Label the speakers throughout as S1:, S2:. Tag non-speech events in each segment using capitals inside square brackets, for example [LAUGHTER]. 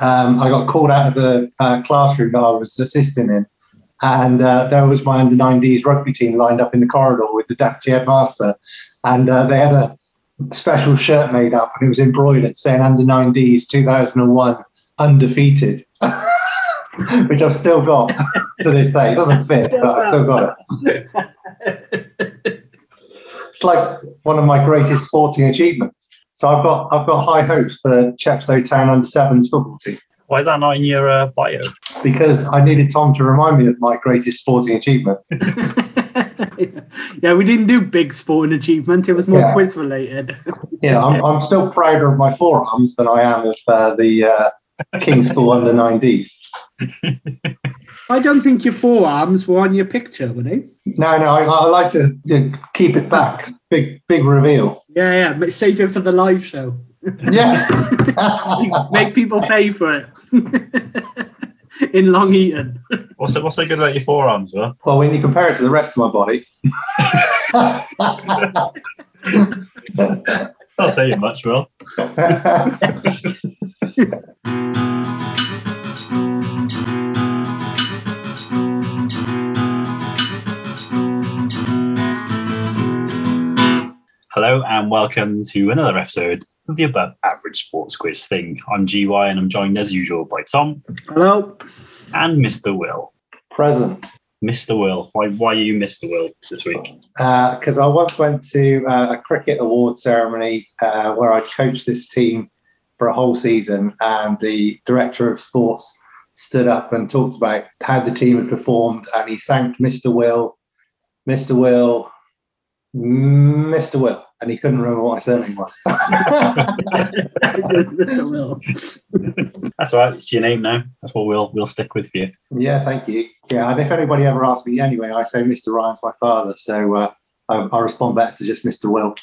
S1: um, I got called out of the uh, classroom that I was assisting in, and uh, there was my under 90s rugby team lined up in the corridor with the deputy headmaster, and uh, they had a special shirt made up, and it was embroidered saying under 90s 2001 undefeated, [LAUGHS] which I've still got to this day. It doesn't fit, but I've still got it. It's like one of my greatest sporting achievements. So I've got I've got high hopes for Chepstow Town under sevens football team
S2: Why is that not in your uh, bio?
S1: because I needed Tom to remind me of my greatest sporting achievement.
S3: [LAUGHS] yeah, we didn't do big sporting achievements. It was more
S1: Yeah.
S3: quiz related.
S1: Yeah, I'm, I'm still prouder of my forearms than I am of uh, the uh, King's School [LAUGHS] under 9Ds.
S3: I don't think your forearms were on your picture, were they?
S1: No, no, I, I like to, to keep it back. Big, big reveal.
S3: Yeah, yeah. but Save it for the live show.
S1: Yeah.
S3: [LAUGHS]
S1: [LAUGHS]
S3: Make people pay for it. [LAUGHS] In Long Eaton.
S2: What's so, what's so good about your forearms, huh?
S1: well, when you compare it to the rest of my body, [LAUGHS]
S2: Not saying much, Will. Hello and welcome to another episode of the Above Average Sports Quiz Thing. I'm GY and I'm joined as usual by Tom
S3: [LAUGHS] Hello.
S2: and Mr. Will.
S1: present.
S2: Mr. Will, why why are you Mr. Will this week?
S1: Because Uh, I once went to uh, a cricket award ceremony uh, where I coached this team for a whole season, and the director of sports stood up and talked about how the team had performed, and he thanked Mr. Will, Mr. Will, Mr. Will, and he couldn't remember what my surname was. [LAUGHS]
S3: Will.
S2: That's all right, it's your name now. That's what we'll we'll stick with for you.
S1: Yeah, thank you. Yeah, and if anybody ever asks me anyway, I say Mr. Ryan's my father, so uh, I, I respond back to just Mr. Will.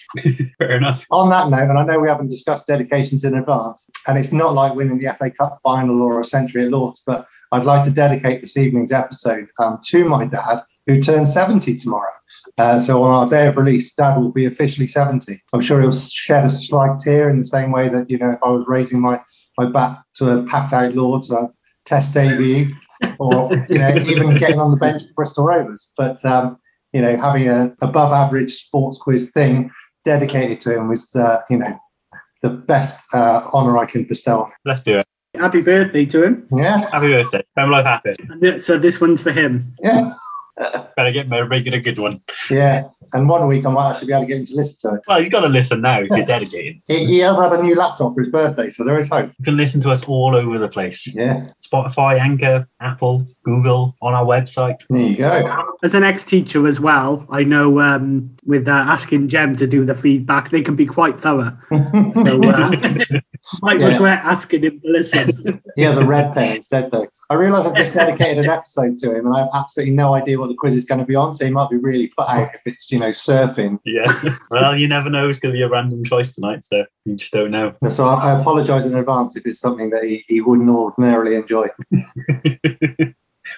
S2: Fair enough.
S1: On that note, and I know we haven't discussed dedications in advance, and it's not like winning the FA Cup final or a century at Lords, but I'd like to dedicate this evening's episode um, to my dad, who turns 70 tomorrow. Uh, so on our day of release, dad will be officially 70. I'm sure he'll shed a slight tear in the same way that, you know, if I was raising my, my bat to a packed out Lords uh, test debut or, you know, even getting on the bench for Bristol Rovers. But, um, you know, having a above average sports quiz thing dedicated to him was, uh, you know, the best uh, honour I can bestow on
S2: Let's do it.
S3: Happy birthday to him.
S1: him. Yeah,
S2: Happy birthday. Home life happy.
S3: And th- So this one's for him.
S1: yeah,
S2: Better get married, make it a good one.
S1: yeah. And one week I might actually be able to get him to listen to it.
S2: Well, you've got to listen now if you're dedicated.
S1: He, he has had a new laptop for his birthday, so there is hope.
S2: You can listen to us all over the place.
S1: Yeah,
S2: Spotify, Anchor, Apple, Google, on our website.
S1: there you go.
S3: As an ex-teacher as well, I know um, with uh, asking Jem to do the feedback, they can be quite thorough. [LAUGHS] So uh, [LAUGHS] might
S1: Yeah.
S3: regret asking him to listen.
S1: he has a red pen instead, though. I realise I've just dedicated an episode to him, and I have absolutely no idea what the quiz is going to be on, so he might be really put out if it's, you know, surfing.
S2: Yeah. [LAUGHS] well, you never know. It's going to be a random choice tonight, so you just don't know.
S1: So I, I apologise in advance if it's something that he, he wouldn't ordinarily enjoy.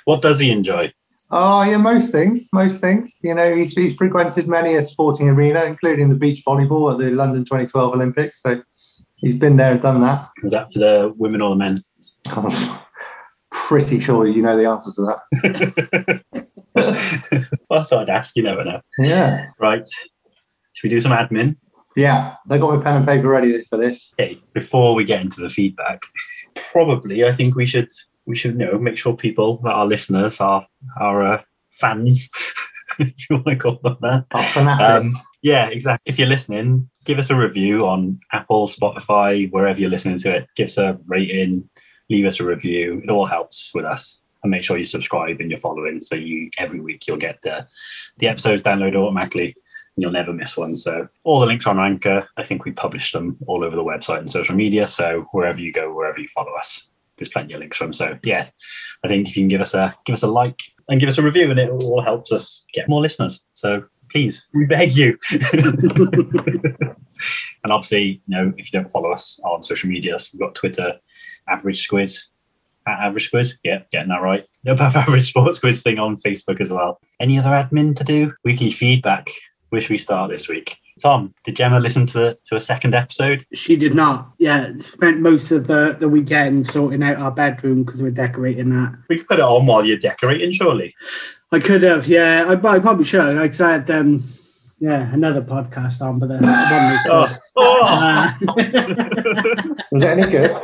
S2: What does he enjoy?
S1: Oh yeah, most things, most things. You know, he's, he's frequented many a sporting arena, including the beach volleyball at the London 2012 Olympics. So he's been there and done that.
S2: Is that for the women or the men? [LAUGHS]
S1: I'm pretty sure you know the answer to that.
S2: well, I thought I'd ask. You never know.
S1: Yeah,
S2: Right. Should we do some admin?
S1: yeah. I got my pen and paper ready for this.
S2: Okay. Before we get into the feedback, probably I think we should we should you know make sure people that our listeners, our our uh, fans, [LAUGHS] if you want to call them that,
S1: Our fanatics.
S2: Yeah, exactly. If you're listening, give us a review on Apple, Spotify, wherever you're listening to it. Give us a rating, leave us a review. It all helps with us. And make sure you subscribe and you're following. So you every week you'll get the the episodes downloaded automatically and you'll never miss one. So all the links are on Anchor. I think we publish them all over the website and social media. So wherever you go, wherever you follow us, there's plenty of links from. So yeah, I think if you can give us a give us a like and give us a review and it all helps us get more listeners. So please, we beg you. and obviously, you know, if you don't follow us on social media, so we've got Twitter, Average Squiz, at Average Squiz. Yeah, getting that right. [LAUGHS] The Above Average Sports Quiz thing on Facebook as well. Any other admin to do? Weekly feedback. Where should we start this week? Tom, did Gemma listen to the, to a second episode?
S3: She did not. Yeah, spent most of the, the weekend sorting out our bedroom because we're decorating that.
S2: We could put it on while you're decorating, [LAUGHS] surely.
S3: I could have, yeah. I, I probably should have. Like, 'cause I had, um, yeah, another podcast on, but then one was good.
S2: Oh, [LAUGHS] oh.
S3: [LAUGHS] Uh,
S1: [LAUGHS] Was it any good?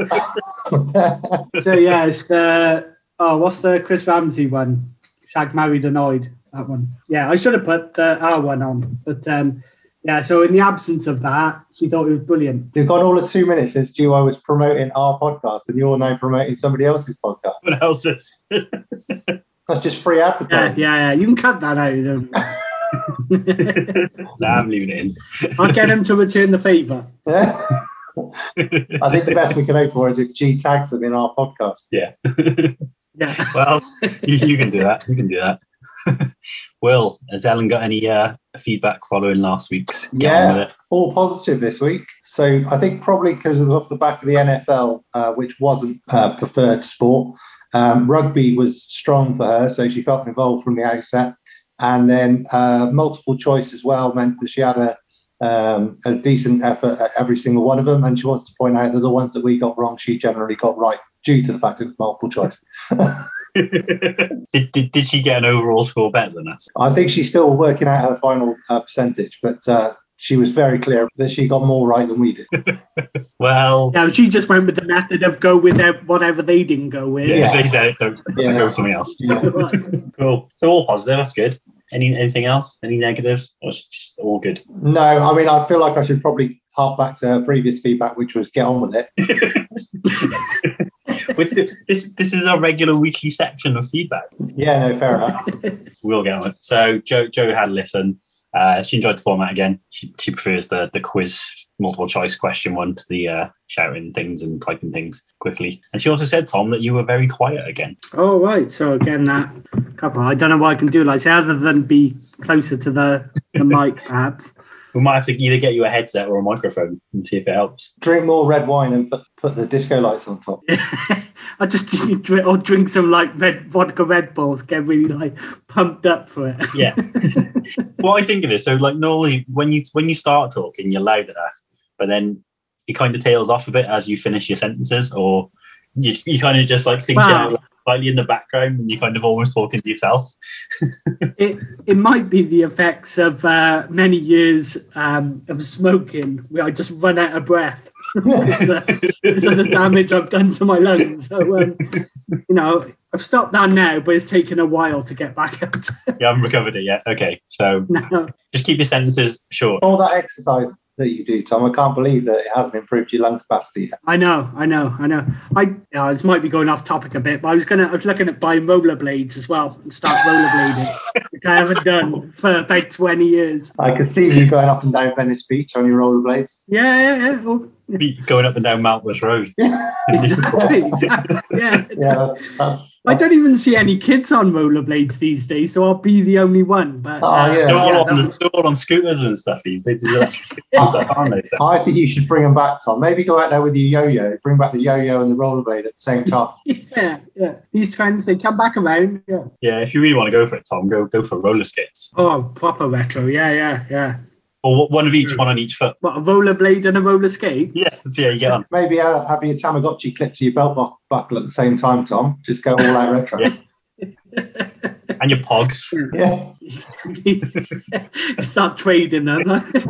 S3: [LAUGHS] so yeah, it's the oh, what's the Chris Ramsey one? Shag married annoyed that one. Yeah, I should have put the R one on, but um, yeah. So in the absence of that, she thought it was brilliant.
S1: They've gone all of two minutes since you I was promoting our podcast and you're now promoting somebody else's podcast.
S2: What else is?
S1: That's just free
S3: Yeah,
S1: advertising.
S3: yeah, yeah. You can cut that out. Though. [LAUGHS]
S2: nah, I'm leaving it in.
S3: I'll get him to return the favour.
S1: [LAUGHS]
S2: [LAUGHS]
S1: I think the best we can hope for is if G tags them in our podcast.
S3: Yeah.
S2: Well, [LAUGHS] you, you can do that. You can do that. [LAUGHS] Will, has Ellen got any uh, feedback following last week's? Get on
S1: Yeah.
S2: with it.
S1: All positive this week. So I think probably because it was off the back of the NFL, uh, which wasn't uh, preferred sport. Um, rugby was strong for her, so she felt involved from the outset. And then uh, multiple choice as well meant that she had a, um, a decent effort at every single one of them. And she wants to point out that the ones that we got wrong, she generally got right due to the fact it was multiple choice.
S2: did, did, did she get an overall score better than us?
S1: I think she's still working out her final uh, percentage, but uh, she was very clear that she got more right than we did.
S2: Well,
S3: Yeah, she just went with the method of go with their- whatever they didn't go with.
S2: yeah,
S1: Yeah.
S3: [LAUGHS]
S2: if they said it, don't
S1: Yeah.
S2: go with something else.
S1: Yeah.
S2: Cool. So all positive. That's good. Any anything else? Any negatives? Or it's just all good. [LAUGHS]
S1: No, I mean, I feel like I should probably hark back to her previous feedback, which was get on with it.
S2: With the, this, this is our regular weekly section of feedback.
S1: Yeah, no, fair
S3: [LAUGHS]
S1: enough.
S2: We'll get on it. So Joe, Joe had a listen. Uh, she enjoyed the format again. She, she prefers the the quiz multiple choice question one to the uh, shouting things and typing things quickly. And she also said, Tom, that you were very quiet again.
S3: Oh right. So again, that couple. I don't know what I can do. Like, say, other than be closer to the, the mic, perhaps. [LAUGHS]
S2: We might have to either get you a headset or a microphone and see if it helps.
S1: Drink more red wine and put, put the disco lights on top.
S3: I just need to drink, or drink some like red vodka Red Bulls, get really like pumped up for it.
S2: Yeah. what I think of is so like normally when you when you start talking, you're loud enough, but then it kind of tails off a bit as you finish your sentences, or you, you kind of just like think it
S3: Wow.
S2: out loud slightly in the background, and you kind of almost talking to yourself.
S3: It it might be the effects of uh, many years um, of smoking, where I just run out of breath. [LAUGHS] Because of the damage I've done to my lungs. So um, you know, I've stopped that now, but it's taken a while to get back up. To [LAUGHS]
S2: you haven't recovered it yet. Okay, so
S3: now.
S2: just keep your sentences short.
S1: All that exercise that you do, Tom, I can't believe that it hasn't improved your lung capacity yet.
S3: I know, I know, I know. I uh, this might be going off topic a bit, but I was gonna I was looking at buying rollerblades as well and start rollerblading, which I haven't done for about twenty years.
S1: I could see you going up and down Venice Beach on your rollerblades.
S3: Yeah, yeah, oh, yeah. well,
S2: Be Going up and down Maltmus Road.
S3: [LAUGHS] exactly, exactly. Yeah.
S1: Yeah, that's.
S3: I don't even see any kids on rollerblades these days, so I'll be the only one. But uh,
S1: Oh, yeah.
S2: They're all,
S3: yeah,
S2: on,
S3: that
S2: the, they're all on scooters and stuff these days. They're electric
S3: Yeah.
S2: stuff, aren't they? So-
S1: I think you should bring them back, Tom. Maybe go out there with your yo-yo, bring back the yo-yo and the rollerblade at the same time.
S3: was- [LAUGHS] yeah, yeah. These trends they come back around. Yeah.
S2: yeah, if you really want to go for it, Tom, go go for roller skates.
S3: Oh, proper retro. Yeah, yeah, yeah.
S2: Or wh- one of each, one on each foot.
S3: What a rollerblade and a roller skate.
S2: Yeah, see how you get on.
S1: Maybe uh, have your Tamagotchi clipped to your belt buck- buckle at the same time, Tom. Just go all
S3: [LAUGHS]
S1: out retro.
S2: Yeah. And your pogs.
S1: yeah.
S3: [LAUGHS] Start trading [LAUGHS] them.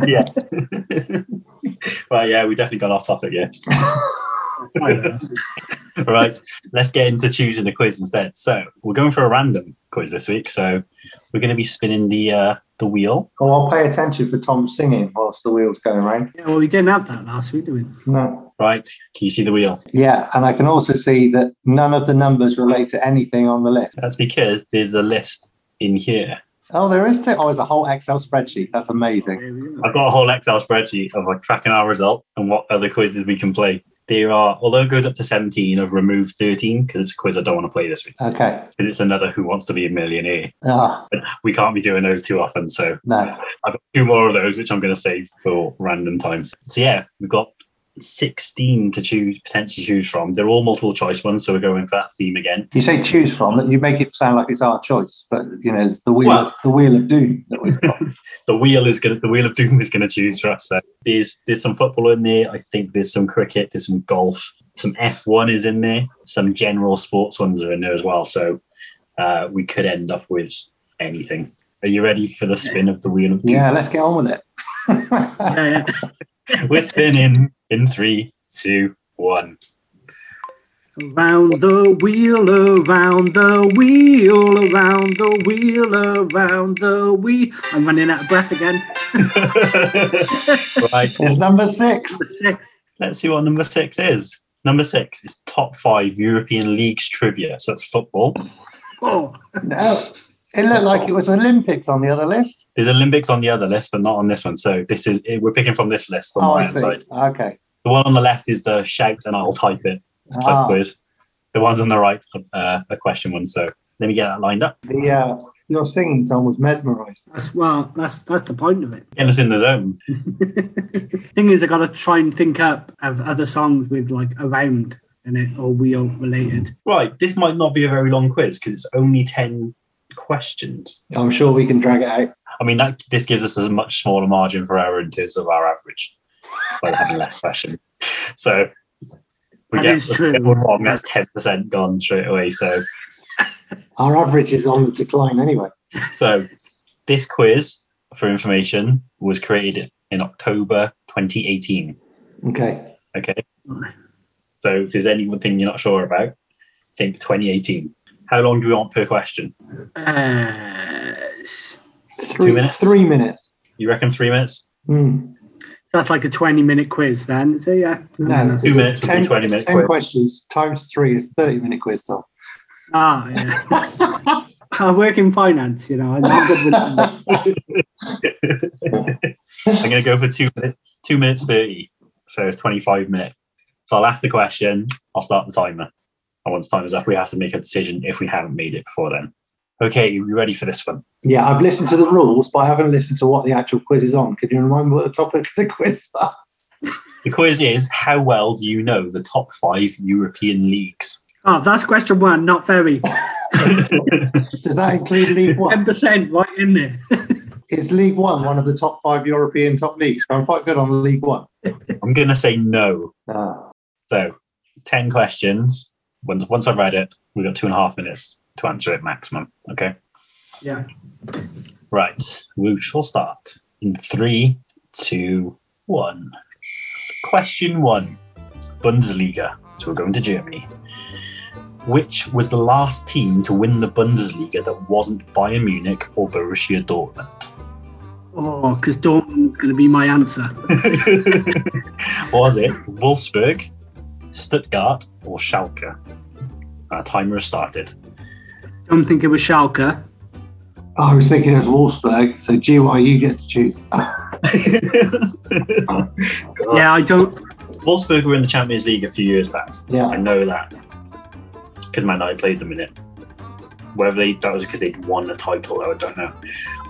S2: Yeah. well, yeah, we definitely got off topic, yeah. right, let's get into choosing the quiz instead. So we're going for a random quiz this week. So we're going to be spinning the uh, the wheel.
S1: Or Oh, I'll pay attention for Tom singing whilst the wheel's going round.
S3: Yeah, well, we didn't have that last week, did we?
S1: No.
S2: Right, can you see the wheel?
S1: Yeah, and I can also see that none of the numbers relate to anything on the list.
S2: That's because there's a list in here.
S1: Oh, there is. T- oh, there's a whole Excel spreadsheet. That's amazing.
S3: There we are.
S2: I've got a whole Excel spreadsheet of like tracking our result and what other quizzes we can play. There are, although it goes up to 17, I've removed 13 because it's a quiz I don't want to play this week
S1: Okay.
S2: because it's another Who Wants to Be a Millionaire.
S1: Ah,
S2: We can't be doing those too often. So
S1: no.
S2: I've got two more of those, which I'm going to save for random times. So yeah, we've got 16 to choose potentially choose from. They're all multiple choice ones, so we're going for that theme again.
S1: You say choose from, you make it sound like it's our choice, but you know it's the wheel,
S2: Well-
S1: the wheel of doom that we've got.
S2: The wheel is gonna the wheel of doom is gonna choose for us. So there's there's some football in there. I think there's some cricket, there's some golf, some F1 is in there, some general sports ones are in there as well. So uh, we could end up with anything. Are you ready for the spin of the wheel of doom?
S1: yeah, let's get on with it. [LAUGHS]
S3: Yeah,
S2: [LAUGHS] We're spinning in three, two, one. [LAUGHS]
S3: Around the wheel, around the wheel, around the wheel, around the wheel. I'm running out of breath again.
S2: right,
S1: it's number six.
S2: let's see what number six is. Number six is top five European leagues trivia. So that's football.
S3: Oh,
S1: No, it looked like it was Olympics on the other list.
S2: There's Olympics on the other list, but not on this one. So this is we're picking from this list on
S1: oh,
S2: my
S1: I
S2: hand
S1: see.
S2: side.
S1: Okay.
S2: The one on the left is the shout and I'll type it type
S1: Ah,
S2: quiz. The ones on the right uh, a question one. So let me get that lined up.
S1: the uh, your singing Tom was mesmerised.
S3: that's well, that's that's the point of it.
S2: Get us in the zone.
S3: Thing is, I gotta try and think up of other songs with like around in it or wheel related.
S2: Right, this might not be a very long quiz because it's only ten questions.
S1: I'm sure we can drag it out.
S2: I mean, that this gives us a much smaller margin for error in terms of our average by having less question. [LAUGHS] So we
S3: That
S2: get
S3: is true.
S2: if we're wrong. That's ten percent gone straight away. So
S1: Our average is on the decline anyway.
S2: so this quiz for information was created in October 2018.
S1: Okay.
S2: Okay. So if there's anything you're not sure about, think 2018. How long do we want per question?
S3: Uh, s-
S1: Three
S2: minutes?
S1: Three minutes.
S2: You reckon three minutes?
S1: Hmm.
S3: that's like a 20 minute quiz then. So yeah,
S1: No, it was
S2: Two minutes would be 20
S1: it's
S2: minutes
S1: Ten
S2: quiz.
S1: questions times three is thirty minute quiz, Tom. [LAUGHS]
S3: Ah, yeah. [LAUGHS] I work in finance, you know. I'm not good with numbers.
S2: I'm going to go for two minutes, two minutes 30. So it's 25 minutes. So I'll ask the question. I'll start the timer. And once the timer's up, we have to make a decision if we haven't made it before then. Okay, you ready for this one?
S1: Yeah, I've listened to the rules, but I haven't listened to what the actual quiz is on. Can you remind me what the topic of the [LAUGHS] quiz was?
S2: The quiz is How well do you know the top five European leagues?
S3: Oh, that's question one, not very.
S1: Does that include League One?
S3: 10% right in there.
S1: Is League One one of the top five European top leagues? I'm quite good on League One.
S2: I'm going to say no.
S1: Ah,
S2: So 10 questions. Once, once I've read it, we've got two and a half minutes to answer it maximum. Okay.
S3: Yeah.
S2: Right, we shall start in three, two, one. Question one Bundesliga. So we're going to Germany. Which was the last team to win the Bundesliga that wasn't Bayern Munich or Borussia Dortmund?
S3: Oh, because Dortmund's going to be my answer.
S2: [LAUGHS] was it Wolfsburg, Stuttgart, or Schalke? Our timer has started.
S3: Don't think it was Schalke.
S1: I was thinking it was Wolfsburg, so GY, you get to choose.
S3: Yeah, I don't.
S2: Wolfsburg were in the Champions League a few years back. I
S1: yeah,
S2: know that because Man United played them in it. Whether they that was because they'd won the title, though, I don't know.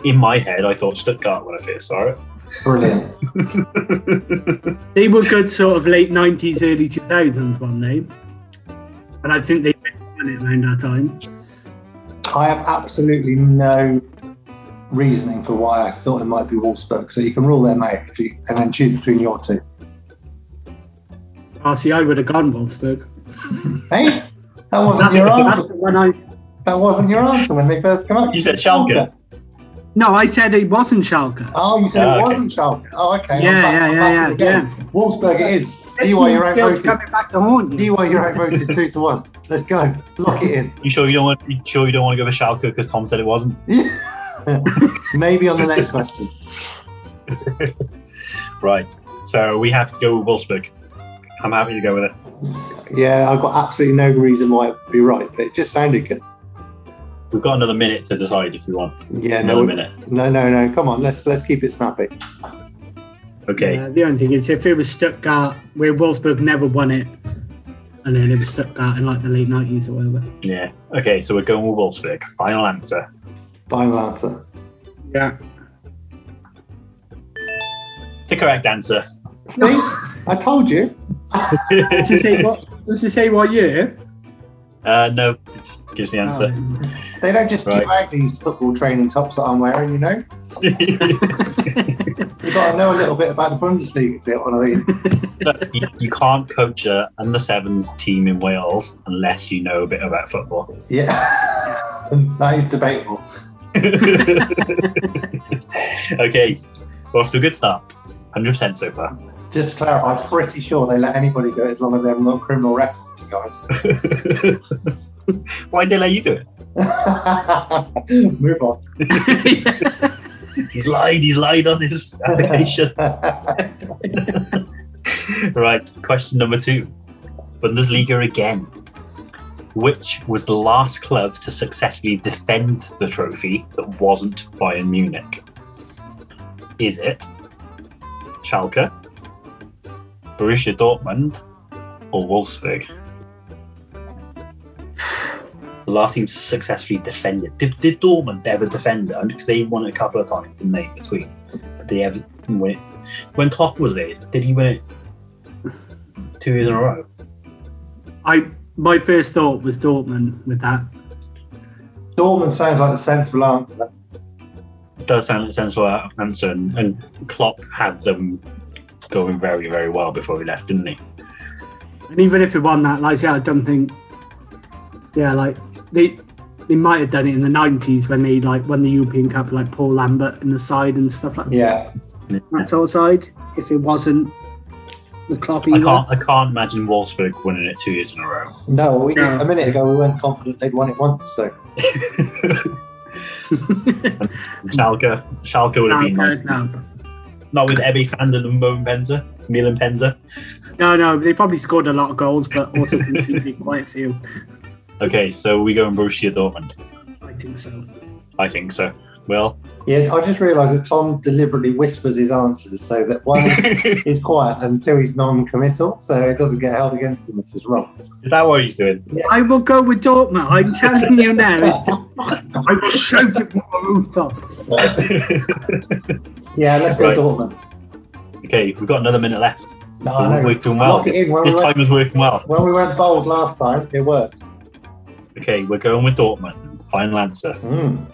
S2: In my head, I thought Stuttgart when I first saw it.
S1: brilliant.
S3: They were good sort of late 90s, early 2000s, weren't they? And I think they won it around that time.
S1: I have absolutely no reasoning for why I thought it might be Wolfsburg, so you can rule them out if you, and then choose between your two.
S3: Oh, see, I would have gone Wolfsburg.
S1: Hey, that wasn't
S3: That's,
S1: your
S3: that's
S1: answer.
S3: the one I.
S1: That wasn't your answer when they first come up.
S2: You said Schalke.
S3: No, I said it wasn't Schalke.
S1: Oh, you said
S2: Oh,
S1: it
S2: okay.
S1: wasn't Schalke. Oh, okay. I'm
S3: Yeah,
S1: back-
S3: yeah,
S1: I'm
S3: yeah,
S1: back
S3: yeah,
S1: in the game. Wolfsburg it is.
S3: This
S1: DY, you're
S3: one feels
S1: outvoted.
S3: coming back to haunt you.
S1: DY, you're outvoted two to one. Let's go. Lock it in.
S2: You sure you don't want? You sure you don't want to go for Schalke because Tom said it wasn't?
S1: [LAUGHS] Maybe on the next question.
S2: Right. So we have to go with Wolfsburg. I'm happy to go with it.
S1: Yeah, I've got absolutely no reason why it would be right, but it just sounded good.
S2: We've got another minute to decide if we want.
S1: Yeah,
S2: Another
S1: no,
S2: minute.
S1: no, no, no. Come on, let's let's keep it snappy.
S2: Okay.
S3: Yeah, the only thing is, if it was Stuttgart, where Wolfsburg never won it, and then it was Stuttgart in like the late nineties or whatever.
S2: Yeah. Okay. So we're going with Wolfsburg. Final answer.
S1: Final answer.
S3: Yeah.
S2: It's the correct answer. [LAUGHS]
S1: See, I told you.
S3: Does it say what? Does it say what year?
S2: [LAUGHS] Uh, no, it just gives the
S3: [LAUGHS]
S2: answer.
S1: They don't just give
S2: Right.
S1: out these football training tops that I'm wearing, you know?
S2: Oh.
S1: You've got to know a little bit about the Bundesliga to get one of these.
S2: [LAUGHS] But you, you can't coach a under sevens team in Wales unless you know a bit about football. [LAUGHS]
S1: Yeah. [LAUGHS] that is debatable.
S2: okay, we're off to a good start. 100% so far. [LAUGHS]
S1: Just to clarify, I'm pretty sure they let anybody do it as long as they haven't got a criminal record, guys.
S2: Why'd they let you do it?
S1: [LAUGHS] Move on.
S2: He's lied, he's lied on [LAUGHS] his application. [LAUGHS] right, question number two Bundesliga again. Which was the last club to successfully defend the trophy that wasn't Bayern Munich? Is it Schalke, Borussia Dortmund, or Wolfsburg? The last team to successfully defend it. Did, did Dortmund ever defend it? Because they won it a couple of times, didn't they, in between? Did they ever win it? When Klopp was there, did he win it two years in a row?
S3: I my first thought was Dortmund with that.
S1: [LAUGHS] Dortmund sounds like a sensible answer.
S2: does sound like a sensible answer, and, and Klopp had them going very, very well before he left, didn't he?
S3: And even if it won that, like yeah, I don't think Yeah, like they they might have done it in the nineties when they like won the European Cup like Paul Lambert in the side and stuff like
S1: Yeah.
S3: that sort of side. If it wasn't the Klopp
S2: I
S3: either. [LAUGHS]
S2: can't, I can't imagine Wolfsburg winning it two years in a row. [LAUGHS]
S1: No, we,
S3: No.
S1: a minute ago we weren't confident they'd won it once, so
S2: And Schalke, Schalke would have been
S3: no,
S2: like,
S3: no,
S2: not with Ebbe Sandin and Moen Penza, Milan Penza.
S3: no, no, they probably scored a lot of goals, but also conceded [LAUGHS] quite a few.
S2: Okay, so we go in Borussia Dortmund.
S3: I think so.
S2: I think so. Well,
S1: yeah, I just realised that Tom deliberately whispers his answers so that
S2: [LAUGHS]
S1: one
S2: is
S1: is quiet until he's non-committal, so it doesn't get held against him if he's wrong.
S2: that what he's doing? [LAUGHS]
S3: I will go with Dortmund. I'm telling you now.
S1: [LAUGHS]
S3: It's the, I will shout it from the rooftops.
S1: Yeah, let's go
S2: Right.
S1: Dortmund.
S2: okay, we've got another minute left.
S1: No,
S2: so
S1: I
S2: we're
S1: know.
S2: doing well.
S1: Lock it in when we
S2: This
S1: went-
S2: time is working well.
S1: When we went bold last time, it worked.
S2: Okay, we're going with Dortmund. Final answer.
S1: Mm.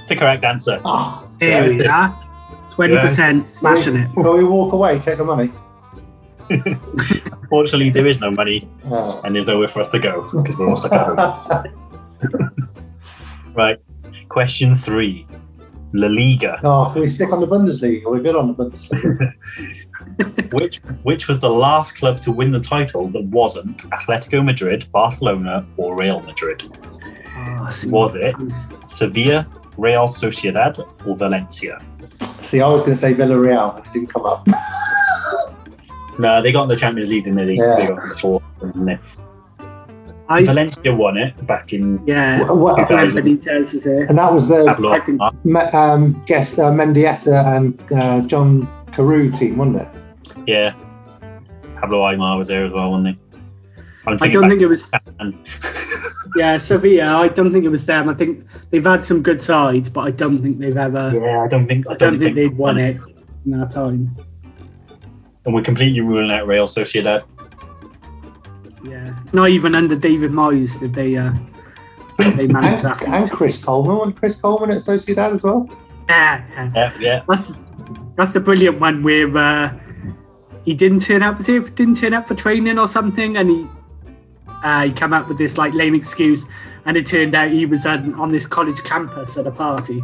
S2: It's the correct answer.
S1: Ah,
S3: There we are. Twenty percent, smashing it.
S1: will we walk away, take the
S2: [LAUGHS]
S1: money?
S2: Fortunately, there is no money
S1: Oh.
S2: and there's nowhere for us to go because we're all stuck at home. Right. Question three La Liga.
S1: oh, can we stick on the Bundesliga? We're good on the Bundesliga.
S2: Which, which was the last club to win the title that wasn't Atletico Madrid, Barcelona, or Real Madrid?
S3: Oh, see.
S2: Was it Sevilla, Real Sociedad, or Valencia?
S1: See, I was going to say Villarreal, but it didn't come up. [LAUGHS]
S2: No, they got in the Champions League, didn't they?
S1: Yeah.
S2: They got in the fourth, didn't they?
S3: I,
S2: Valencia won it back in
S3: yeah.
S1: Wha- wha-
S2: Okay.
S3: Fernando Benitez is here.
S1: and that was
S3: Oh,
S1: the
S2: Pablo
S3: I can-
S2: Escobar.
S1: me- um, guest uh, Mendieta and uh, John Carew team, wasn't it?
S2: Yeah. Pablo Aymar was there as well, wasn't he? I'm
S3: I
S2: thinking
S3: don't
S2: back
S3: think it was.
S2: then.
S3: Yeah, Sevilla. I don't think it was them. I think they've had some good sides, but I don't think they've ever.
S2: Yeah, I don't think I
S3: I don't think
S2: they
S3: they've won it in that time.
S2: And we're completely ruling out Real Sociedad.
S3: Yeah, not even under David Moyes did they. Uh, they manage
S1: And,
S3: that.
S1: and Chris Coleman, wasn't Chris Coleman at Sociedad as well?
S3: Yeah, yeah.
S2: Yeah, yeah. [LAUGHS]
S3: That's that's the brilliant one where uh, he didn't turn up. Was he didn't turn up for training or something? And he uh, he came up with this like lame excuse, and it turned out he was on, on this college campus at a party.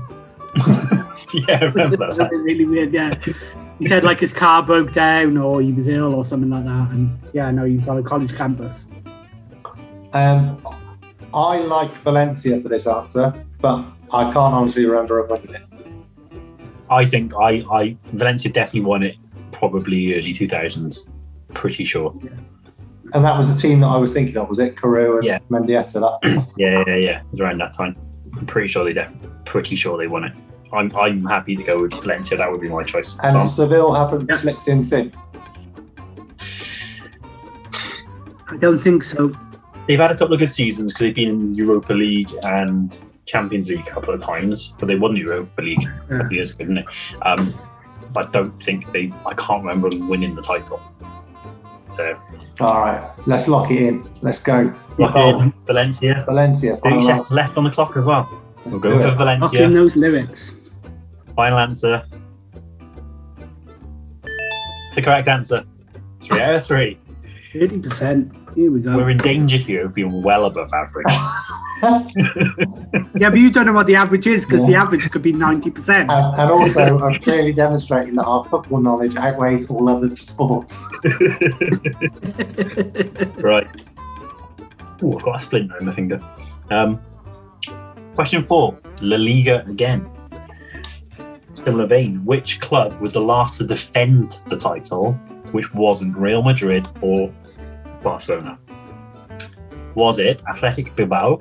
S2: yeah, I remember that.
S3: Something really weird. Yeah, he said like his car broke down or he was ill or something like that. And yeah, no, he was on a college campus.
S1: Um, I like Valencia for this answer, but I can't honestly remember it winning it.
S2: I think I, I Valencia definitely won it probably early two thousands. Pretty sure.
S1: And that was the team that I was thinking of, was it? Carew and
S2: Yeah.
S1: Mendieta. That.
S2: Yeah, yeah, yeah. It was around that time. I'm pretty sure they def- pretty sure they won it. I'm I'm happy to go with Valencia, that would be my choice.
S1: And
S2: Tom?
S1: Seville haven't
S3: Yeah.
S1: slipped in since.
S3: I don't think so.
S2: they've had a couple of good seasons because they've been in Europa League and Champions League a couple of times, but they won the Europa League a couple of years ago, didn't they? Um, but I don't think they. I can't remember them winning the title. So
S1: All right, let's lock it in. Let's go.
S2: lock
S1: Oh.
S2: in Valencia.
S1: Valencia.
S2: Thirty
S1: final
S2: seconds
S1: answer.
S2: left on the clock as well. We'll go
S1: Do
S2: for
S1: it.
S2: Valencia.
S3: Fucking those lyrics.
S2: Final answer. The correct answer. Three out of three.
S3: 30%. Here we
S2: We're
S3: go.
S2: in danger here of being well above average.
S3: Yeah, but you don't know what the average is because the
S1: Yeah.
S3: average could be
S1: And,
S3: 90%.
S1: and also, I'm clearly demonstrating that our football knowledge outweighs all other sports.
S2: right. Oh, I've got a splinter in my finger. Um, question four La Liga again. Similar vein. Which club was the last to defend the title, which wasn't Real Madrid or Barcelona? Was it Athletic Bilbao,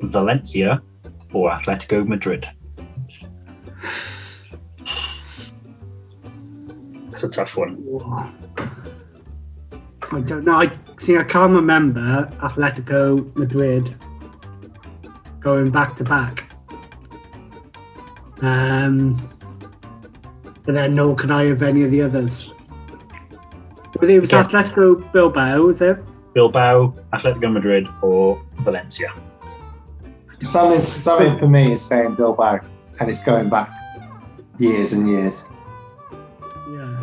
S2: Valencia, or Atletico Madrid? That's a tough one.
S3: I don't know. I see. I can't remember Atletico Madrid going back to back. Um, but then nor can I of any of the others. But it was
S2: Okay.
S3: Atletico Bilbao, was it?
S2: Bilbao, Atletico Madrid, or Valencia.
S1: Something, something for me is saying Bilbao, and it's going back years and years.
S3: Yeah.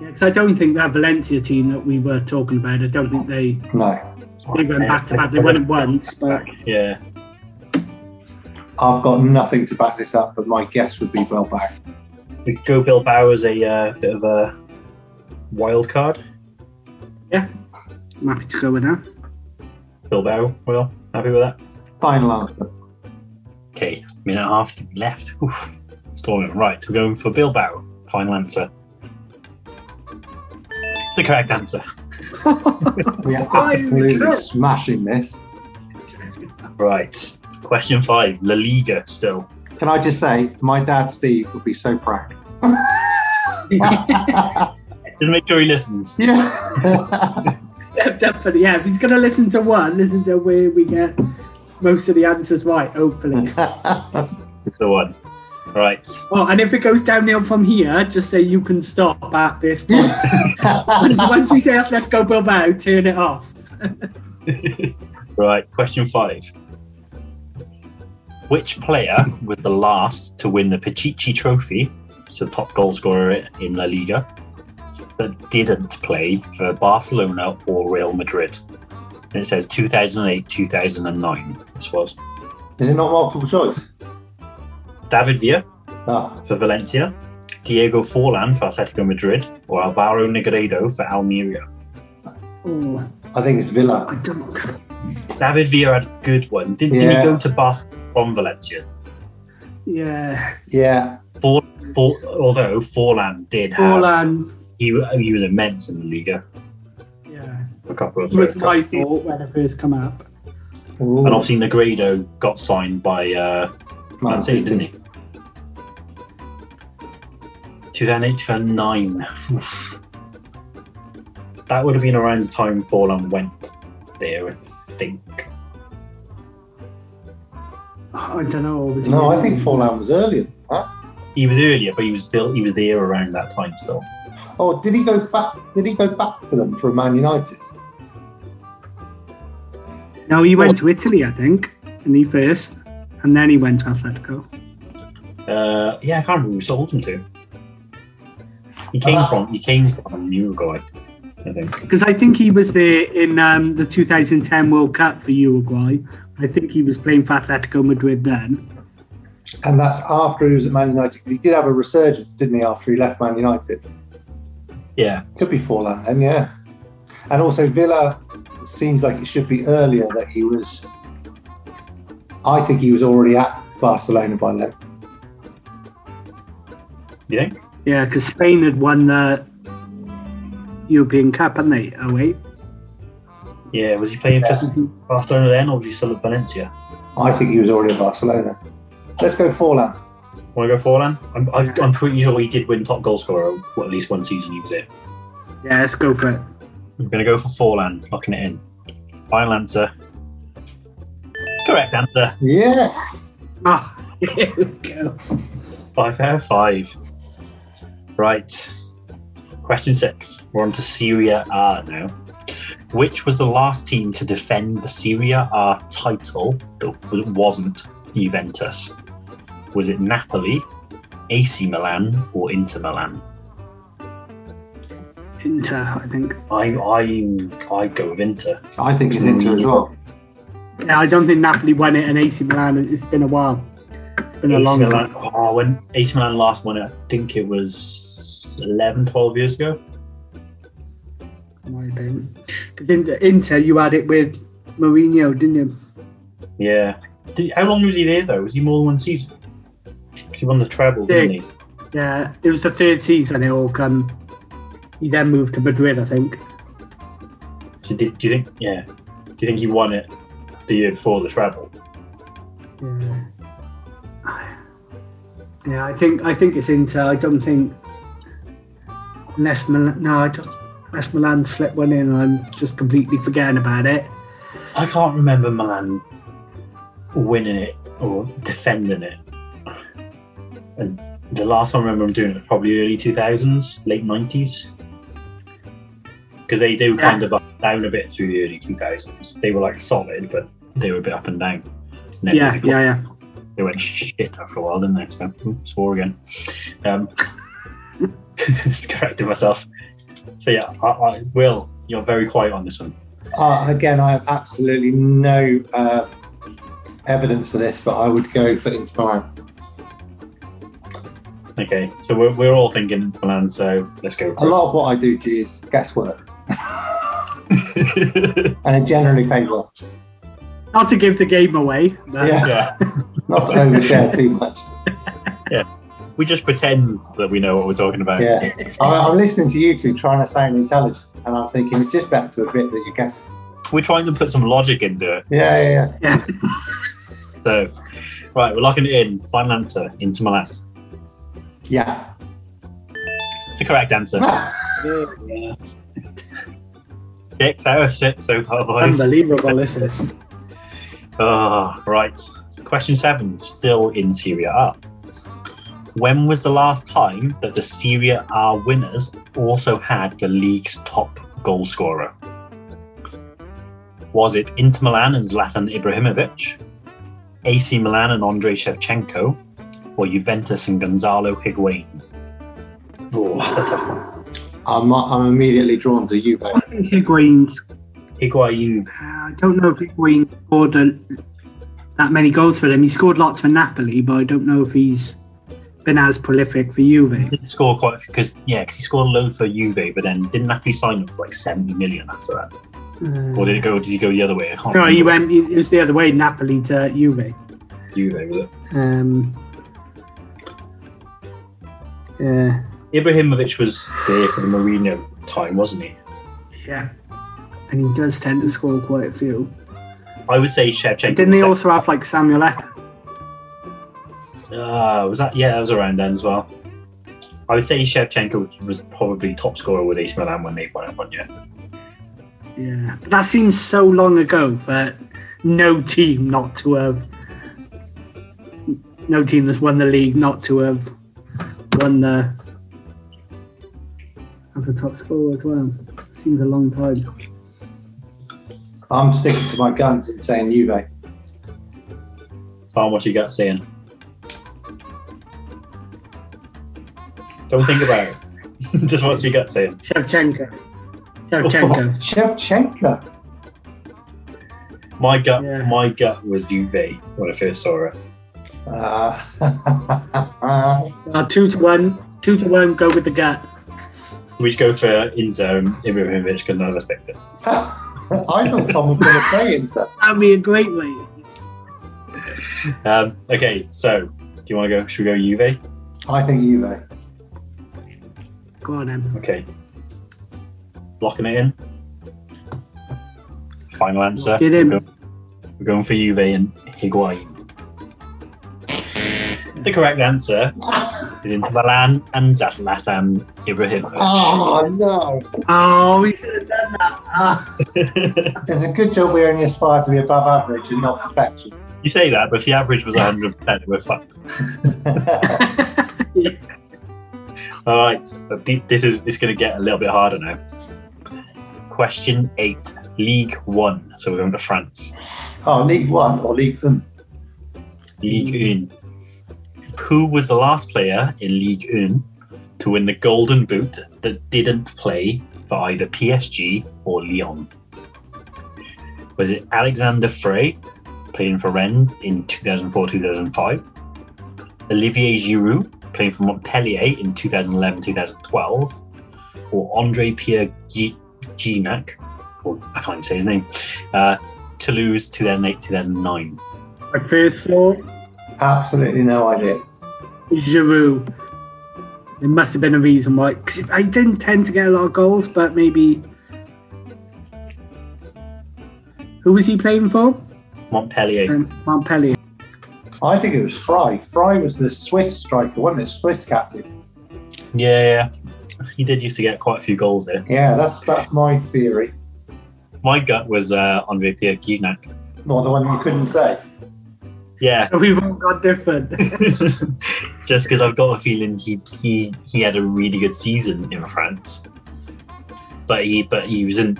S3: Yeah, because I don't think that Valencia team that we were talking about. I don't think they
S1: No,
S3: they went back to back. They won it once, but
S2: Yeah,
S1: I've got nothing to back this up, but my guess would be Bilbao.
S2: we could go Bilbao as a uh, bit of a wild card.
S3: I'm happy to go with that.
S2: Bilbao, well, happy with that.
S1: Final answer.
S2: Okay, minute and a half left. Oof. Storming. Right, we're going for Bilbao. Final answer. It's the correct answer.
S1: We are
S3: Oh, here we go.
S1: absolutely smashing this.
S2: Right. Question five. La Liga still.
S1: Can I just say, my dad Steve would be so proud.
S2: Just make sure he listens.
S1: yeah.
S3: Definitely, yeah. If he's going to listen to one, listen to where we get most of the answers right, hopefully.
S1: Mm.
S2: It's the one. Right.
S3: oh, and if it goes downhill from here, just say you can stop at this point.
S1: [LAUGHS]
S3: once, once you say let's go Bilbao, turn it off.
S2: Right, question five. Which player was the last to win the Pichichi Trophy, so top goal scorer in La Liga, that didn't play for Barcelona or Real Madrid? And it says 2008 2009, this was.
S1: Is it not multiple choice? Ah,
S2: David Villa
S1: No.
S2: for Valencia, Diego Forlan for Atletico Madrid, or Alvaro Negredo for Almeria.
S3: Oh,
S1: I think it's
S3: I
S1: Villa.
S3: don't know.
S2: David Villa had a good one. Didn't, didn't
S1: Yeah.
S2: he go to Barcelona from Valencia?
S3: Yeah.
S1: Yeah.
S2: For, for, although Forlan did have.
S3: Orlan.
S2: he he was immense in the Liga.
S3: Yeah.
S2: A couple of
S3: It was my thought when I first come up.
S1: Ooh,
S2: and obviously Negredo got signed by uh, Man City, didn't he? 2008, 2009. Oof. That would have been around the time Forlan went there, I think.
S3: I don't know. was
S1: No,
S3: it-
S1: I think Fallout was earlier than that.
S2: He was earlier, but he was still he was there around that time still.
S1: Oh, did he go back? Did he go back to them from Man United?
S3: No, he went to Italy, I think, and he first, and then he went to Atletico.
S2: Uh, yeah, I can't remember who sold him to. He came
S1: Ah.
S2: from he came from Uruguay, I think.
S3: Because I think he was there in um, the 2010 World Cup for Uruguay. I think he was playing for Atletico Madrid then.
S1: And that's after he was at Man United. 'cause He did have a resurgence, didn't he? After he left Man United,
S2: Yeah,
S1: could be Fallout then, yeah. And also Villa it seems like it should be earlier that he was. I think he was already at Barcelona by then.
S2: you think?
S3: Yeah, because Spain had won the European Cup, hadn't they? Oh, wait.
S2: Yeah, was he playing for
S3: Mhm.
S2: Barcelona then, or was he still at Valencia?
S1: I think he was already at Barcelona. Let's go Fallout.
S2: Want to go Forlan? I'm, I, I'm pretty sure he did win top goal scorer well, at least one season he was here.
S3: Yeah, let's go for it.
S2: We're going to go for Forlan, locking it in. Final answer. Correct answer.
S1: Yes.
S3: Oh, Ah, [LAUGHS] here we go.
S2: Five out of five. Right. Question six. We're on to Syria R now. Which was the last team to defend the Syria R title that w- wasn't Juventus? Was it Napoli, AC Milan, or Inter Milan?
S3: Inter, I think.
S2: I I I go with Inter.
S1: I think it's Inter as well.
S3: Yeah, I don't think Napoli won it, and AC Milan. It's been a while. It's been a
S2: AC
S3: long
S2: Milan,
S3: time.
S2: oh, when AC Milan last won it, I think it was 11, 12 years ago.
S3: Because Inter, Inter, you had it with Mourinho, didn't you?
S2: Yeah. Did, how long was he there though? Was he more than one season? 'Cause He won the treble, didn't he?
S3: Yeah, it was the third season it all come. He then moved to Madrid, I think.
S2: So did, do you think? Yeah. Do you think he won it the year before the treble?
S3: Yeah. Yeah, I think I think it's Inter. I don't think unless Milan, no, I don't, unless Milan slipped one in, and I'm just completely forgetting about it.
S2: I can't remember Milan winning it or defending it. And the last time I remember them doing it was probably early two thousands, late nineties. Because they they were kind of up, down a bit through the early two thousands. They were like solid, but they were a bit up and down. And then
S3: yeah,
S2: they-
S3: yeah, yeah.
S2: they went shit after a while, didn't they? So mm, swore again. Um, [LAUGHS] just corrected myself. So yeah, I, I will. You're very quiet on this one.
S1: Uh, again, I have absolutely no uh, evidence for this, but I would go for Inter Milan.
S2: Okay, so we're, we're all thinking Milan. So let's go.
S1: A
S2: For
S1: lot of what I do, G, is guesswork,
S2: it.
S1: and it generally pays well.
S3: Not to give the game away. But
S1: Yeah.
S2: [LAUGHS] yeah,
S1: Not to overshare too much.
S2: we just pretend that we know what we're talking about.
S1: Yeah, I, I'm listening to you two trying to sound intelligent, and I'm thinking it's just better to admit that you're guessing.
S2: We're trying to put some logic into it.
S1: Yeah, yeah, yeah.
S2: So, right, we're locking it in. Final answer: Inter Milan.
S1: Yeah.
S2: It's the correct answer.
S1: Ah.
S3: Yeah.
S2: six out of six so far, boys.
S3: Unbelievable, this is.
S2: Ah, right. Question seven, still in Syria A. When was the last time that the Syria R winners also had the league's top goal scorer? Was it Inter Milan and Zlatan Ibrahimovic, AC Milan and Andrei Shevchenko, or Juventus and Gonzalo Higuain?
S1: I'm, I'm immediately drawn to Juve.
S3: I think Higuain's. uh,
S2: Higuain,
S3: I don't know if Higuain scored a, that many goals for them. He scored lots for Napoli, but I don't know if he's been as prolific for Juve.
S2: did score quite a few, because, yeah, 'cause he scored a load for Juve, but then didn't Napoli sign him for like 70 million after that? Or did it go, did he go the other way? I can't
S3: No,
S2: remember.
S3: he went. It was the other way, Napoli to Juve.
S2: Juve, was it?
S3: Um, yeah,
S2: Ibrahimovic was there for the Mourinho time, wasn't he?
S3: yeah, and he does tend to score quite a few.
S2: I would say Shevchenko.
S3: Didn't they
S2: was
S3: also have like Samuel Eto'o?
S2: def- Uh, was that? Yeah, that was around then as well. I would say Shevchenko was probably top scorer with AC Milan when they won it one year.
S3: Yeah, but that seems so long ago for no team not to have, no team that's won the league not to have won the have the top scorer as well. Seems a long time.
S1: I'm sticking to my guns and saying Juve.
S2: Tom, what you got saying? Don't think about it. [LAUGHS] Just what's your gut saying?
S3: Shevchenko, Shevchenko.
S1: Shevchenko.
S2: My gut,
S3: Yeah.
S2: my gut was Juve when I first saw it.
S1: [LAUGHS] Uh,
S3: [LAUGHS] Uh, two to one, two to one. Go with the gut.
S2: We'd go for Inter and Ibrahimovic because none of us picked it.
S1: I thought Tom was going to say Inter.
S3: That'd be a great way.
S2: Um, okay, so do you want to go? Should we go Juve?
S1: I think Juve.
S3: Go on, then.
S2: Okay. Locking it in. Final answer.
S3: Lock it in.
S2: We're, going, we're going for Juve and Higuain. The correct answer is Inter Milan and Zlatan Ibrahimovic.
S1: Oh no!
S3: Oh, we should have done that. Ah.
S1: It's a good job we only aspire to be above average and not perfection. [LAUGHS]
S2: you say that, but if the average was 100, percent we're fucked.
S1: I
S2: All right, but th- this is it's going to get a little bit harder now. Question eight, League One. So we're going to France,
S1: Oh, League One or League One?
S2: League One. Who was the last player in League One to win the Golden Boot that didn't play for either PSG or Lyon? Was it Alexander Frey, playing for Rennes in 2004-2005? Olivier Giroud, playing for Montpellier in 2011-2012? Or Andre Pierre Gi- Gignac, or I can't even say his name, uh, Toulouse 2008-2009?
S3: My first thought,
S1: Absolutely no idea.
S3: Giroud. There must have been a reason why. 'cause I didn't tend to get a lot of goals, but maybe. Who was he playing for?
S2: Montpellier.
S3: Um, Montpellier. [LAUGHS]
S1: I think it was Fry. Fry was the Swiss striker, wasn't it? Swiss captain.
S2: Yeah, yeah. He did used to get quite a few goals there.
S1: Yeah, that's that's my theory.
S2: My gut was uh, Andre Pierre Gignac.
S1: Or the one you couldn't say.
S2: Yeah, [LAUGHS]
S3: We've all got different.
S2: just because I've got a feeling he, he he had a really good season in France. But he but he was in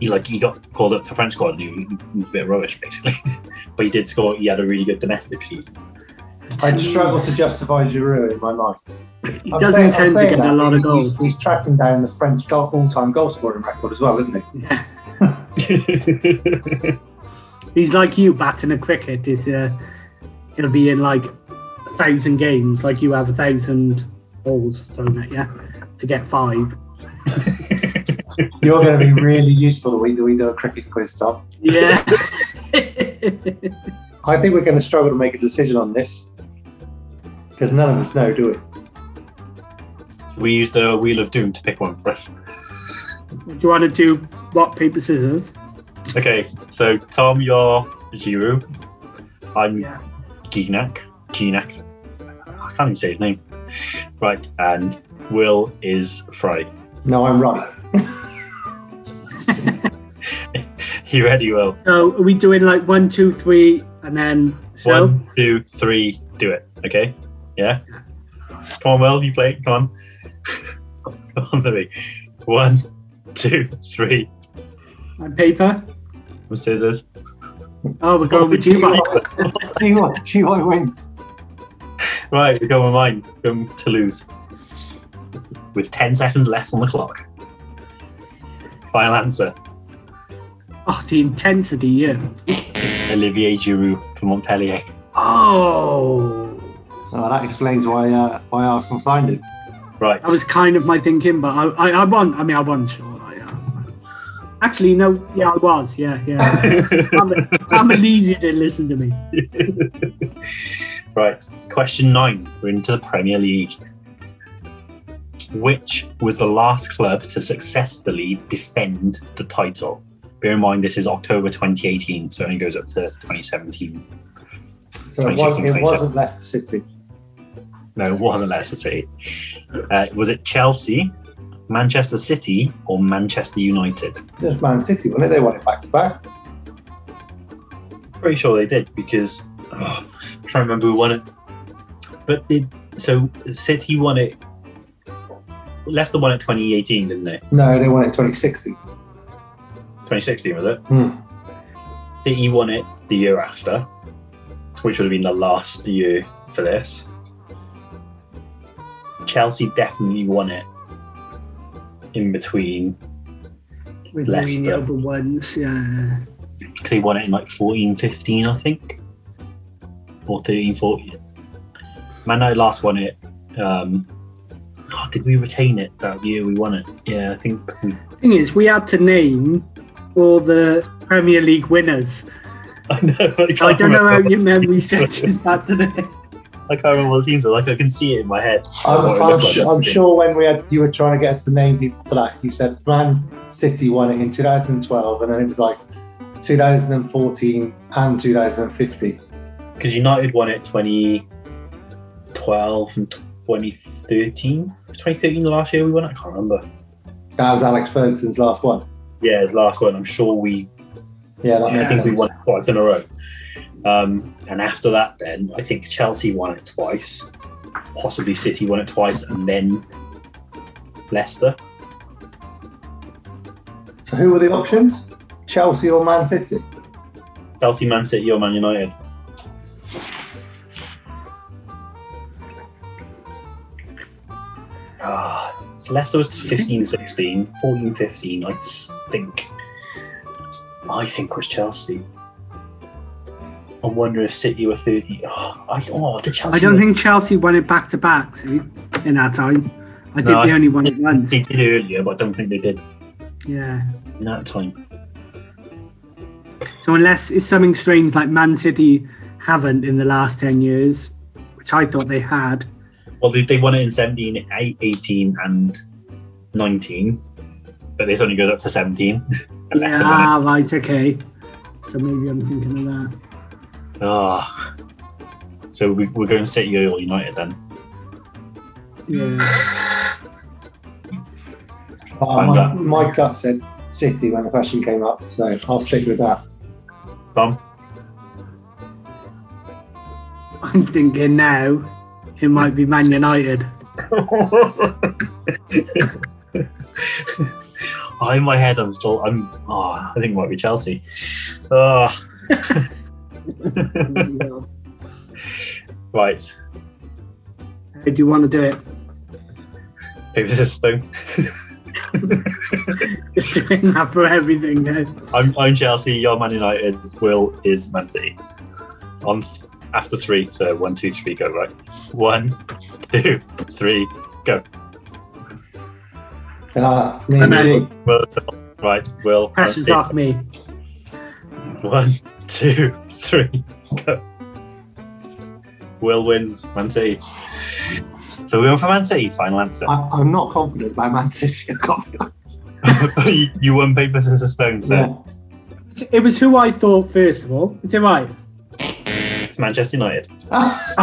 S2: he, like he got called up to French squad and he was a bit rubbish basically. [LAUGHS] but he did score. He had a really good domestic season. [LAUGHS]
S1: I'd struggle to justify Giroud in my mind.
S3: He doesn't tend to get a lot of
S1: He's,
S3: goals.
S1: he's tracking down the French goal, all-time goal scoring record as well, isn't he?
S3: He's like you batting a cricket. Is uh, he'll be in like a thousand games, like you have a thousand balls thrown at you to get five.
S1: You're going to be
S3: [LAUGHS]
S1: really useful the week that we do a cricket quiz, Tom.
S3: Yeah.
S1: I think we're going to struggle to make a decision on this because none of us know, do we?
S2: we used the Wheel of Doom to pick one for us.
S3: do you want to do rock paper scissors?
S2: Okay, so Tom, you're Giroud. I'm
S3: Yeah.
S2: Gignac. Gignac. I can't even say his name. Right, and Will is Fry. [LAUGHS]
S1: No, I'm right.
S2: You ready, Will?
S3: So are we doing like one, two, three, and then so?
S2: One, two, three, do it. Okay? Yeah? Come on, Will, you play it. Come on. [LAUGHS] Come on, three. One, two, three.
S3: And paper.
S2: With scissors.
S3: Oh, we're going with you. Mark.
S1: See what, see what wins.
S2: Right, we go with mine. Going with Toulouse. With 10 seconds left on the clock. Final answer.
S3: Oh, the intensity, yeah.
S2: Olivier Giroud for Montpellier.
S3: Oh,
S1: Oh, that explains why uh, why Arsenal signed him.
S2: Right.
S3: that was kind of my thinking, but I, I, I won. I mean, I won, sure. I, uh, actually, no, yeah, I was. Yeah, yeah.
S2: [LAUGHS]
S3: I'm, I'm relieved you didn't listen to me.
S2: [LAUGHS] right. Question nine. We're into the Premier League. Which was the last club to successfully defend the title? Bear in mind, this is October 2018, so it only goes up to 2017.
S1: So it, was, it wasn't Leicester City.
S2: No, it wasn't Leicester City. Uh, was it Chelsea, Manchester City, or Manchester United?
S1: It was Man City, wasn't it? They won it back to back.
S2: Pretty sure they did because oh, I can't remember who won it. But did so City won it? Leicester won it 2018, didn't they?
S1: No, they won it 2016.
S2: 2016 was it?
S1: Hmm.
S2: City won it the year after, which would have been the last year for this. Chelsea definitely won it in between
S3: With
S2: Leicester.
S3: the other ones, yeah.
S2: because they won it in like 14 15 i think or 13 14 man United last won it um oh, did we retain it that year we won it yeah i think we, [LAUGHS]
S3: Thing is, we had to name all the Premier League winners.
S2: I, know, I, can't
S3: I don't know how
S2: remember.
S3: your
S2: [LAUGHS]
S3: memory stretches back today.
S2: i can't remember what the teams were like i can see it in my head
S1: I'm,
S2: What it
S1: I'm,
S2: looked like.
S1: su- I'm sure when we had you were trying to get us to name people for that, you said Man City won it in 2012, and then it was like 2014 and 2015.
S2: because united won it 2012 and 2013 2013 the last year we won it? i can't remember
S1: That was Alex Ferguson's last one.
S2: yeah his last one i'm sure we
S1: Yeah, that
S2: I
S1: makes
S2: think we
S1: sense.
S2: won it twice in a row. Um, and after that, then I think Chelsea won it twice, possibly City won it twice, and then Leicester.
S1: So who were the options? Chelsea or Man City?
S2: Chelsea, Man City, or Man United. Ah, so Leicester was 15 16, 14 15, I think. I think was Chelsea. I wonder if City were 30. Oh, I, oh the Chelsea.
S3: I don't think Chelsea won it back to back see, in our time. I think
S2: No,
S3: they
S2: I-
S3: only won it once.
S2: they did earlier, but I don't think they did
S3: Yeah.
S2: in that time.
S3: So unless it's something strange like Man City haven't in the last ten years, which I thought they had.
S2: Well, they, they won it in 17, eight- 18, and 19, but this only goes up to 17. [LAUGHS] and Leicester won
S3: ah,
S2: it.
S3: right, okay. So maybe I'm thinking of that.
S2: Ah. So we, we're going City or United then.
S3: Yeah.
S1: Uh,
S2: Find
S1: my,
S2: out.
S1: my gut said City when the question came up, so I'll stick with that.
S2: Tom?
S3: I'm thinking now it might be Man United.
S2: oh, in my head, [LAUGHS] I'm still. I'm. Oh, I think it might be Chelsea. Oh,
S3: How
S2: right.
S3: do you want to do it? [LAUGHS]
S2: Paper scissors stone.
S3: Just doing that for everything eh? now.
S2: I'm, I'm Chelsea. You're Man United. Will is Man City. I'm th- after three. So one, two, three, go right. One, two, three.
S1: Ah, it's me.
S3: And then-
S1: indeed.
S2: Will it's off. right. Will Man
S3: Pressure's
S2: City.
S3: off me.
S2: One, two, three, go. Will wins Man City. So we went for Man City. Final answer.
S1: I, I'm not confident by Man City. I've got to be honest.
S2: [LAUGHS] you, you won paper scissors stone. So
S1: Yeah.
S3: It was who I thought first of all. Is it right?
S2: it's Manchester United.
S1: Ah,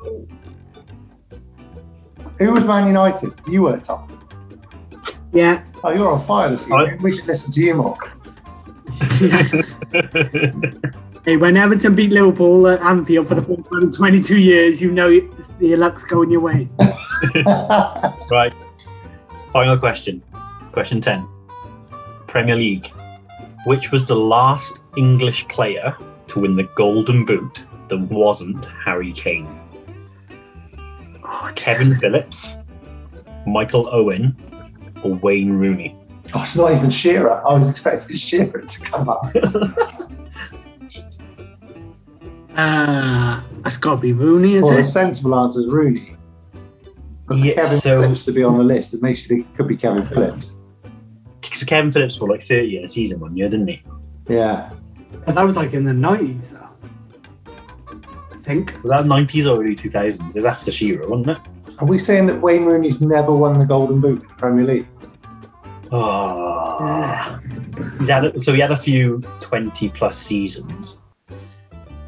S3: Oh,
S1: who was Man United? You were Tom.
S3: [LAUGHS] yeah.
S1: Oh, you're on fire this
S2: I-
S1: evening. We should listen to you more. [LAUGHS]
S3: Hey, when Everton beat Liverpool at Anfield for the first time in 22 years, you know it's, the luck's going your way.
S1: Oh,
S2: right. Final question. Question ten. Premier League. Which was the last English player to win the Golden Boot that wasn't Harry Kane? Kevin Phillips, Michael Owen, or Wayne Rooney?
S1: oh, it's not even Shearer. I was expecting [LAUGHS] Shearer to come up.
S3: [LAUGHS] Uh, that's got to be Rooney, is
S1: well, the
S3: it?
S1: sensible answer is Rooney. But for
S2: Yeah,
S1: Kevin
S2: so-
S1: Phillips to be on the list, it makes you think it could be Kevin Phillips.
S2: 'Cause Kevin Phillips scored like 30 in a season one year, didn't he?
S1: Yeah.
S3: But that was like in the 90s, though. I think.
S2: Was that 90s or early 2000s? It was after Shearer, wasn't it?
S1: Are we saying that Wayne Rooney's never won the Golden Boot in the Premier League?
S2: Oh. He's had a, so he had a few 20 plus seasons.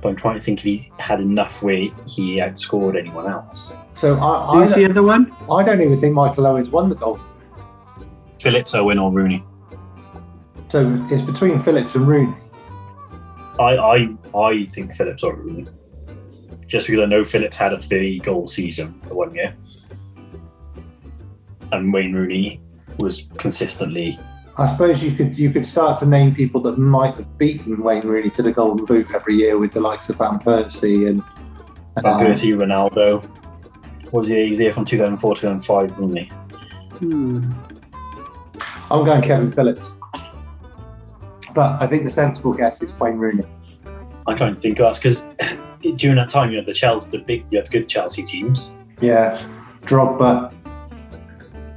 S2: But I'm trying to think if he's had enough where he outscored anyone else.
S1: So I, I,
S3: Who's the other one?
S1: I don't even think Michael Owens won the Golden
S2: Phillips, Owen, or Rooney?
S1: Boot. So it's between Phillips and Rooney.
S2: I, I, I think Phillips or Rooney. Just because I know Phillips had a 30 goal season the one year. And Wayne Rooney was consistently.
S1: I suppose you could you could start to name people that might have beaten Wayne Rooney to the Golden Boot every year with the likes of Van Persie and
S2: Van
S1: um,
S2: Persie, Ronaldo. Was he, he was here from 2004 2005, wasn't he?
S3: Hmm.
S1: I'm going Kevin Phillips. But I think the sensible guess is Wayne Rooney.
S2: I'm trying to think of us because [COUGHS] during that time you had the Chelsea, the big, you had good Chelsea teams.
S1: Yeah. Drogba,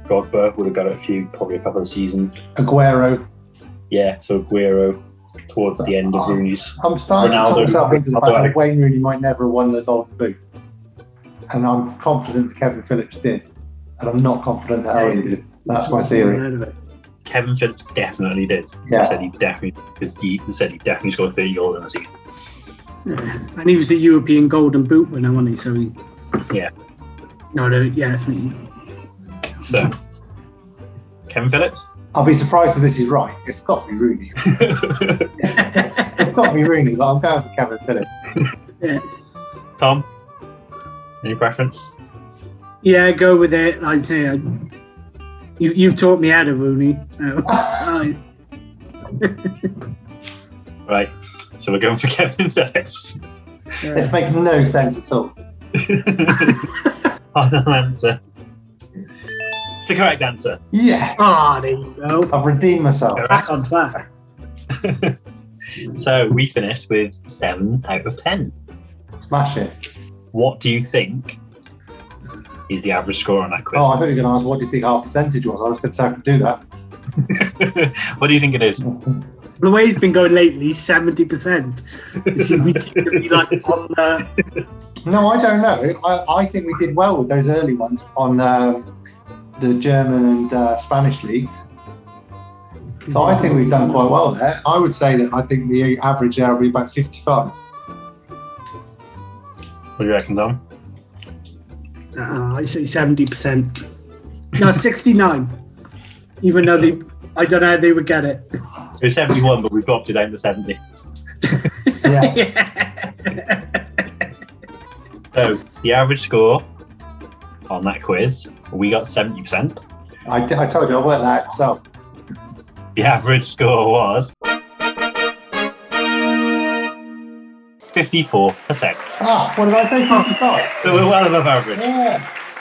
S2: Drogba would have got it a few, probably a couple of seasons.
S1: Aguero.
S2: Yeah, so Guerrero towards the end of
S1: Oh.
S2: Rooney's.
S1: I'm starting to talk
S2: Ronaldo,
S1: myself into the fact
S2: Ronaldo.
S1: that Wayne Rooney might never have won the Golden Boot. And I'm confident that Kevin Phillips did. And I'm not confident that Owen did. That's my theory.
S3: Hmm. Heard of it.
S2: Kevin Phillips definitely did.
S1: Yeah.
S2: He said he definitely because he said he definitely scored 30 goals in a season.
S3: And he was the European Golden Boot winner, wasn't he? So he.
S2: Yeah.
S3: No, no, yeah, that's [LAUGHS] me.
S2: So Kevin [LAUGHS] Phillips.
S1: I'll be surprised if this is right. It's got to be Rooney. It's got to be Rooney, but I'm going for Kevin Phillips.
S2: Tom, any preference?
S3: yeah, go with it. I'd say I'd You, you've taught me how to Rooney.
S1: [LAUGHS]
S3: Oh, right.
S2: Right. So we're going for [LAUGHS] Kevin [LAUGHS] Phillips.
S1: This makes no sense at all.
S2: Final answer. It's the correct answer.
S1: Yes,
S3: Ah, there you go.
S1: I've redeemed myself.
S3: Back on track.
S2: So we finished with seven out of ten.
S1: Smash it.
S2: What do you think is the average score on that quiz?
S1: Oh, I thought you were going to ask what do you think our percentage was. I was going to say I could do that.
S2: [LAUGHS] what do you think it is?
S3: The way he's been going lately, 70%. You see, [LAUGHS] we seem to be like on the.
S1: No, I don't know. I, I think we did well with those early ones on um, the German and uh, Spanish leagues. So I think we've done quite well there. I would say that I think the average there will be about 55.
S2: What do you reckon, Tom?
S3: Uh, I say 70%. No, 69. Even though they. I don't know how they would get it.
S2: It was 71, but we dropped it down to 70.
S1: Yeah.
S2: So the average score on that quiz, we got 70%.
S1: [LAUGHS] I, d- I told you, I worked that out myself.
S2: The average score was 54%.
S1: Ah, what did I say? 55.
S2: So we're well above average.
S1: Yes.
S3: [LAUGHS]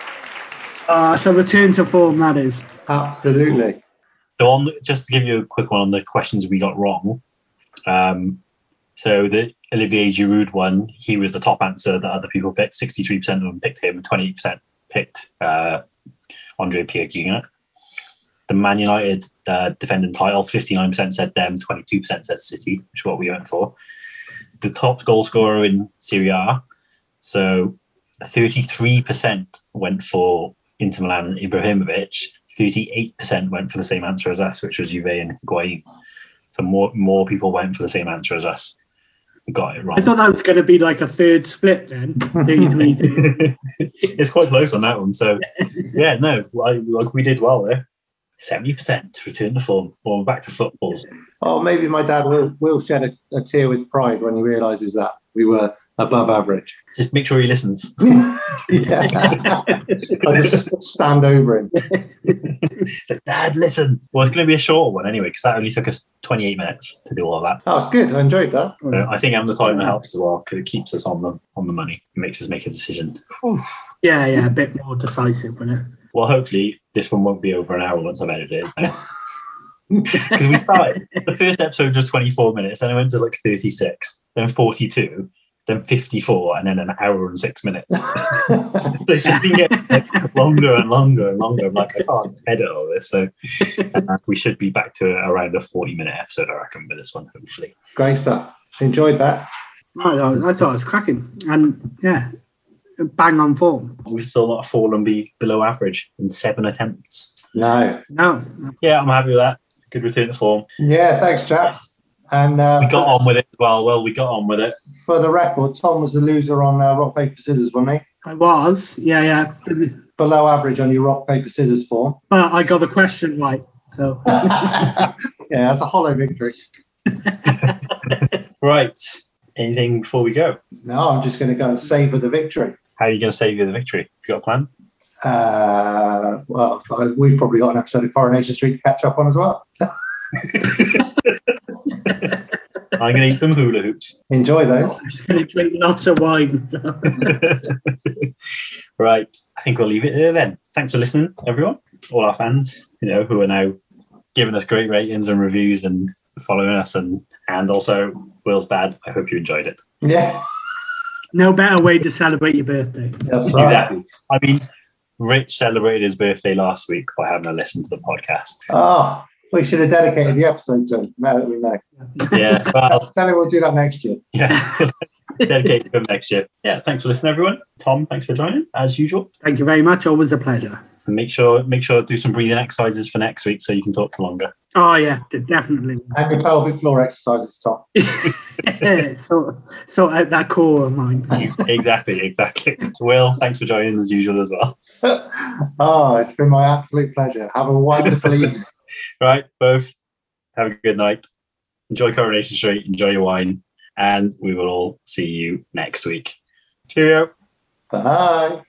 S3: Uh, so return to form, that is.
S1: Absolutely.
S2: So on the, just to give you a quick one on the questions we got wrong. Um, so the Olivier Giroud one, he was the top answer that other people picked. 63% of them picked him, 28% picked uh, Andre Pierre Guignac. The Man United uh, defending title, 59% said them, 22% said City, which is what we went for. The top goal scorer in Serie A, so 33% went for Inter Milan Ibrahimovic, 38% went for the same answer as us, which was Juve and Higuain. So more more people went for the same answer as us. We got it wrong.
S3: I thought that was going to be like a third split then. 33
S2: [LAUGHS]
S1: [LAUGHS]
S2: it's quite close on that one. [LAUGHS] So yeah, no, I, like we did well there. Seventy percent return to form. Well, we're back to footballs.
S1: Oh, maybe my dad will, will shed a, a tear with pride when he realises that we were above average.
S2: Just make sure he listens.
S1: Yeah. [LAUGHS] I just stand over him.
S2: Dad, listen. Well, it's going to be a short one anyway because that only took us twenty-eight minutes to do all of that.
S1: That was Oh, good. I enjoyed that. [LAUGHS]
S2: So I think I'm the time that helps as well because it keeps us on the on the money, It makes us make a decision.
S3: Yeah, yeah, a bit more decisive, wasn't it?
S2: Well, hopefully this one won't be over an hour once I've edited it. [LAUGHS] Because we started the first episode was 24 minutes, then I went to like 36, then 42, then 54, and then an hour and six minutes. [LAUGHS] so it's been getting like, longer and longer and longer. I'm like, I can't edit all this. So uh, we should be back to around a 40 minute episode, I reckon, with this one, hopefully.
S1: Great stuff. Enjoyed that.
S3: I, I thought it was cracking. And yeah, bang on form.
S2: We've still not fallen be below average in seven attempts.
S1: No.
S3: No.
S2: Yeah, I'm happy with that. Good return to form.
S1: Yeah, thanks, chaps. And uh,
S2: We got on with it as well. Well, we got on with it.
S1: for the record, Tom was the loser on uh, rock, paper, scissors, wasn't he?
S3: I was. Yeah, yeah.
S1: Below average on your rock, paper, scissors form. [LAUGHS]
S3: But I got the question right. So
S1: yeah, that's a hollow victory.
S2: Right. Anything before we go?
S1: No, I'm just going to go and savour the victory.
S2: How are you going to save you the victory? Have you got a plan?
S1: Uh, well, I- we've probably got an episode of Coronation Street to catch up on as well.
S2: I'm going to eat some hula hoops. [LAUGHS]
S1: Enjoy those. [LAUGHS]
S3: I'm just going to drink lots of wine. [LAUGHS]
S2: right. I think we'll leave it there then. Thanks for listening, everyone. All our fans, you know, who are now giving us great ratings and reviews and following us and and also Will's dad. I hope you enjoyed it.
S1: Yeah,
S3: no better way to celebrate your birthday.
S1: that's right.
S2: Exactly. I mean, Rich celebrated his birthday last week by having a listen to the podcast.
S1: Oh, we should have dedicated the episode to him, now that we know.
S2: Yeah. [LAUGHS] Well,
S1: Tell him we'll do that next year.
S2: yeah. [LAUGHS] Dedicate to him next year. Yeah. Thanks for listening, everyone. Tom, thanks for joining as usual.
S3: Thank you very much. Always a pleasure.
S2: And make sure make sure to do some breathing exercises for next week so you can talk for longer.
S3: Oh, yeah, d- definitely. [LAUGHS]
S1: And your pelvic floor exercises, Tom.
S3: so, so out that core of mine.
S2: exactly, exactly. Will, thanks for joining as usual as well.
S1: Oh, it's been my absolute pleasure. Have a wonderful evening.
S2: Right, both have a good night. Enjoy Coronation Street, enjoy your wine, and we will all see you next week. Cheerio.
S1: Bye.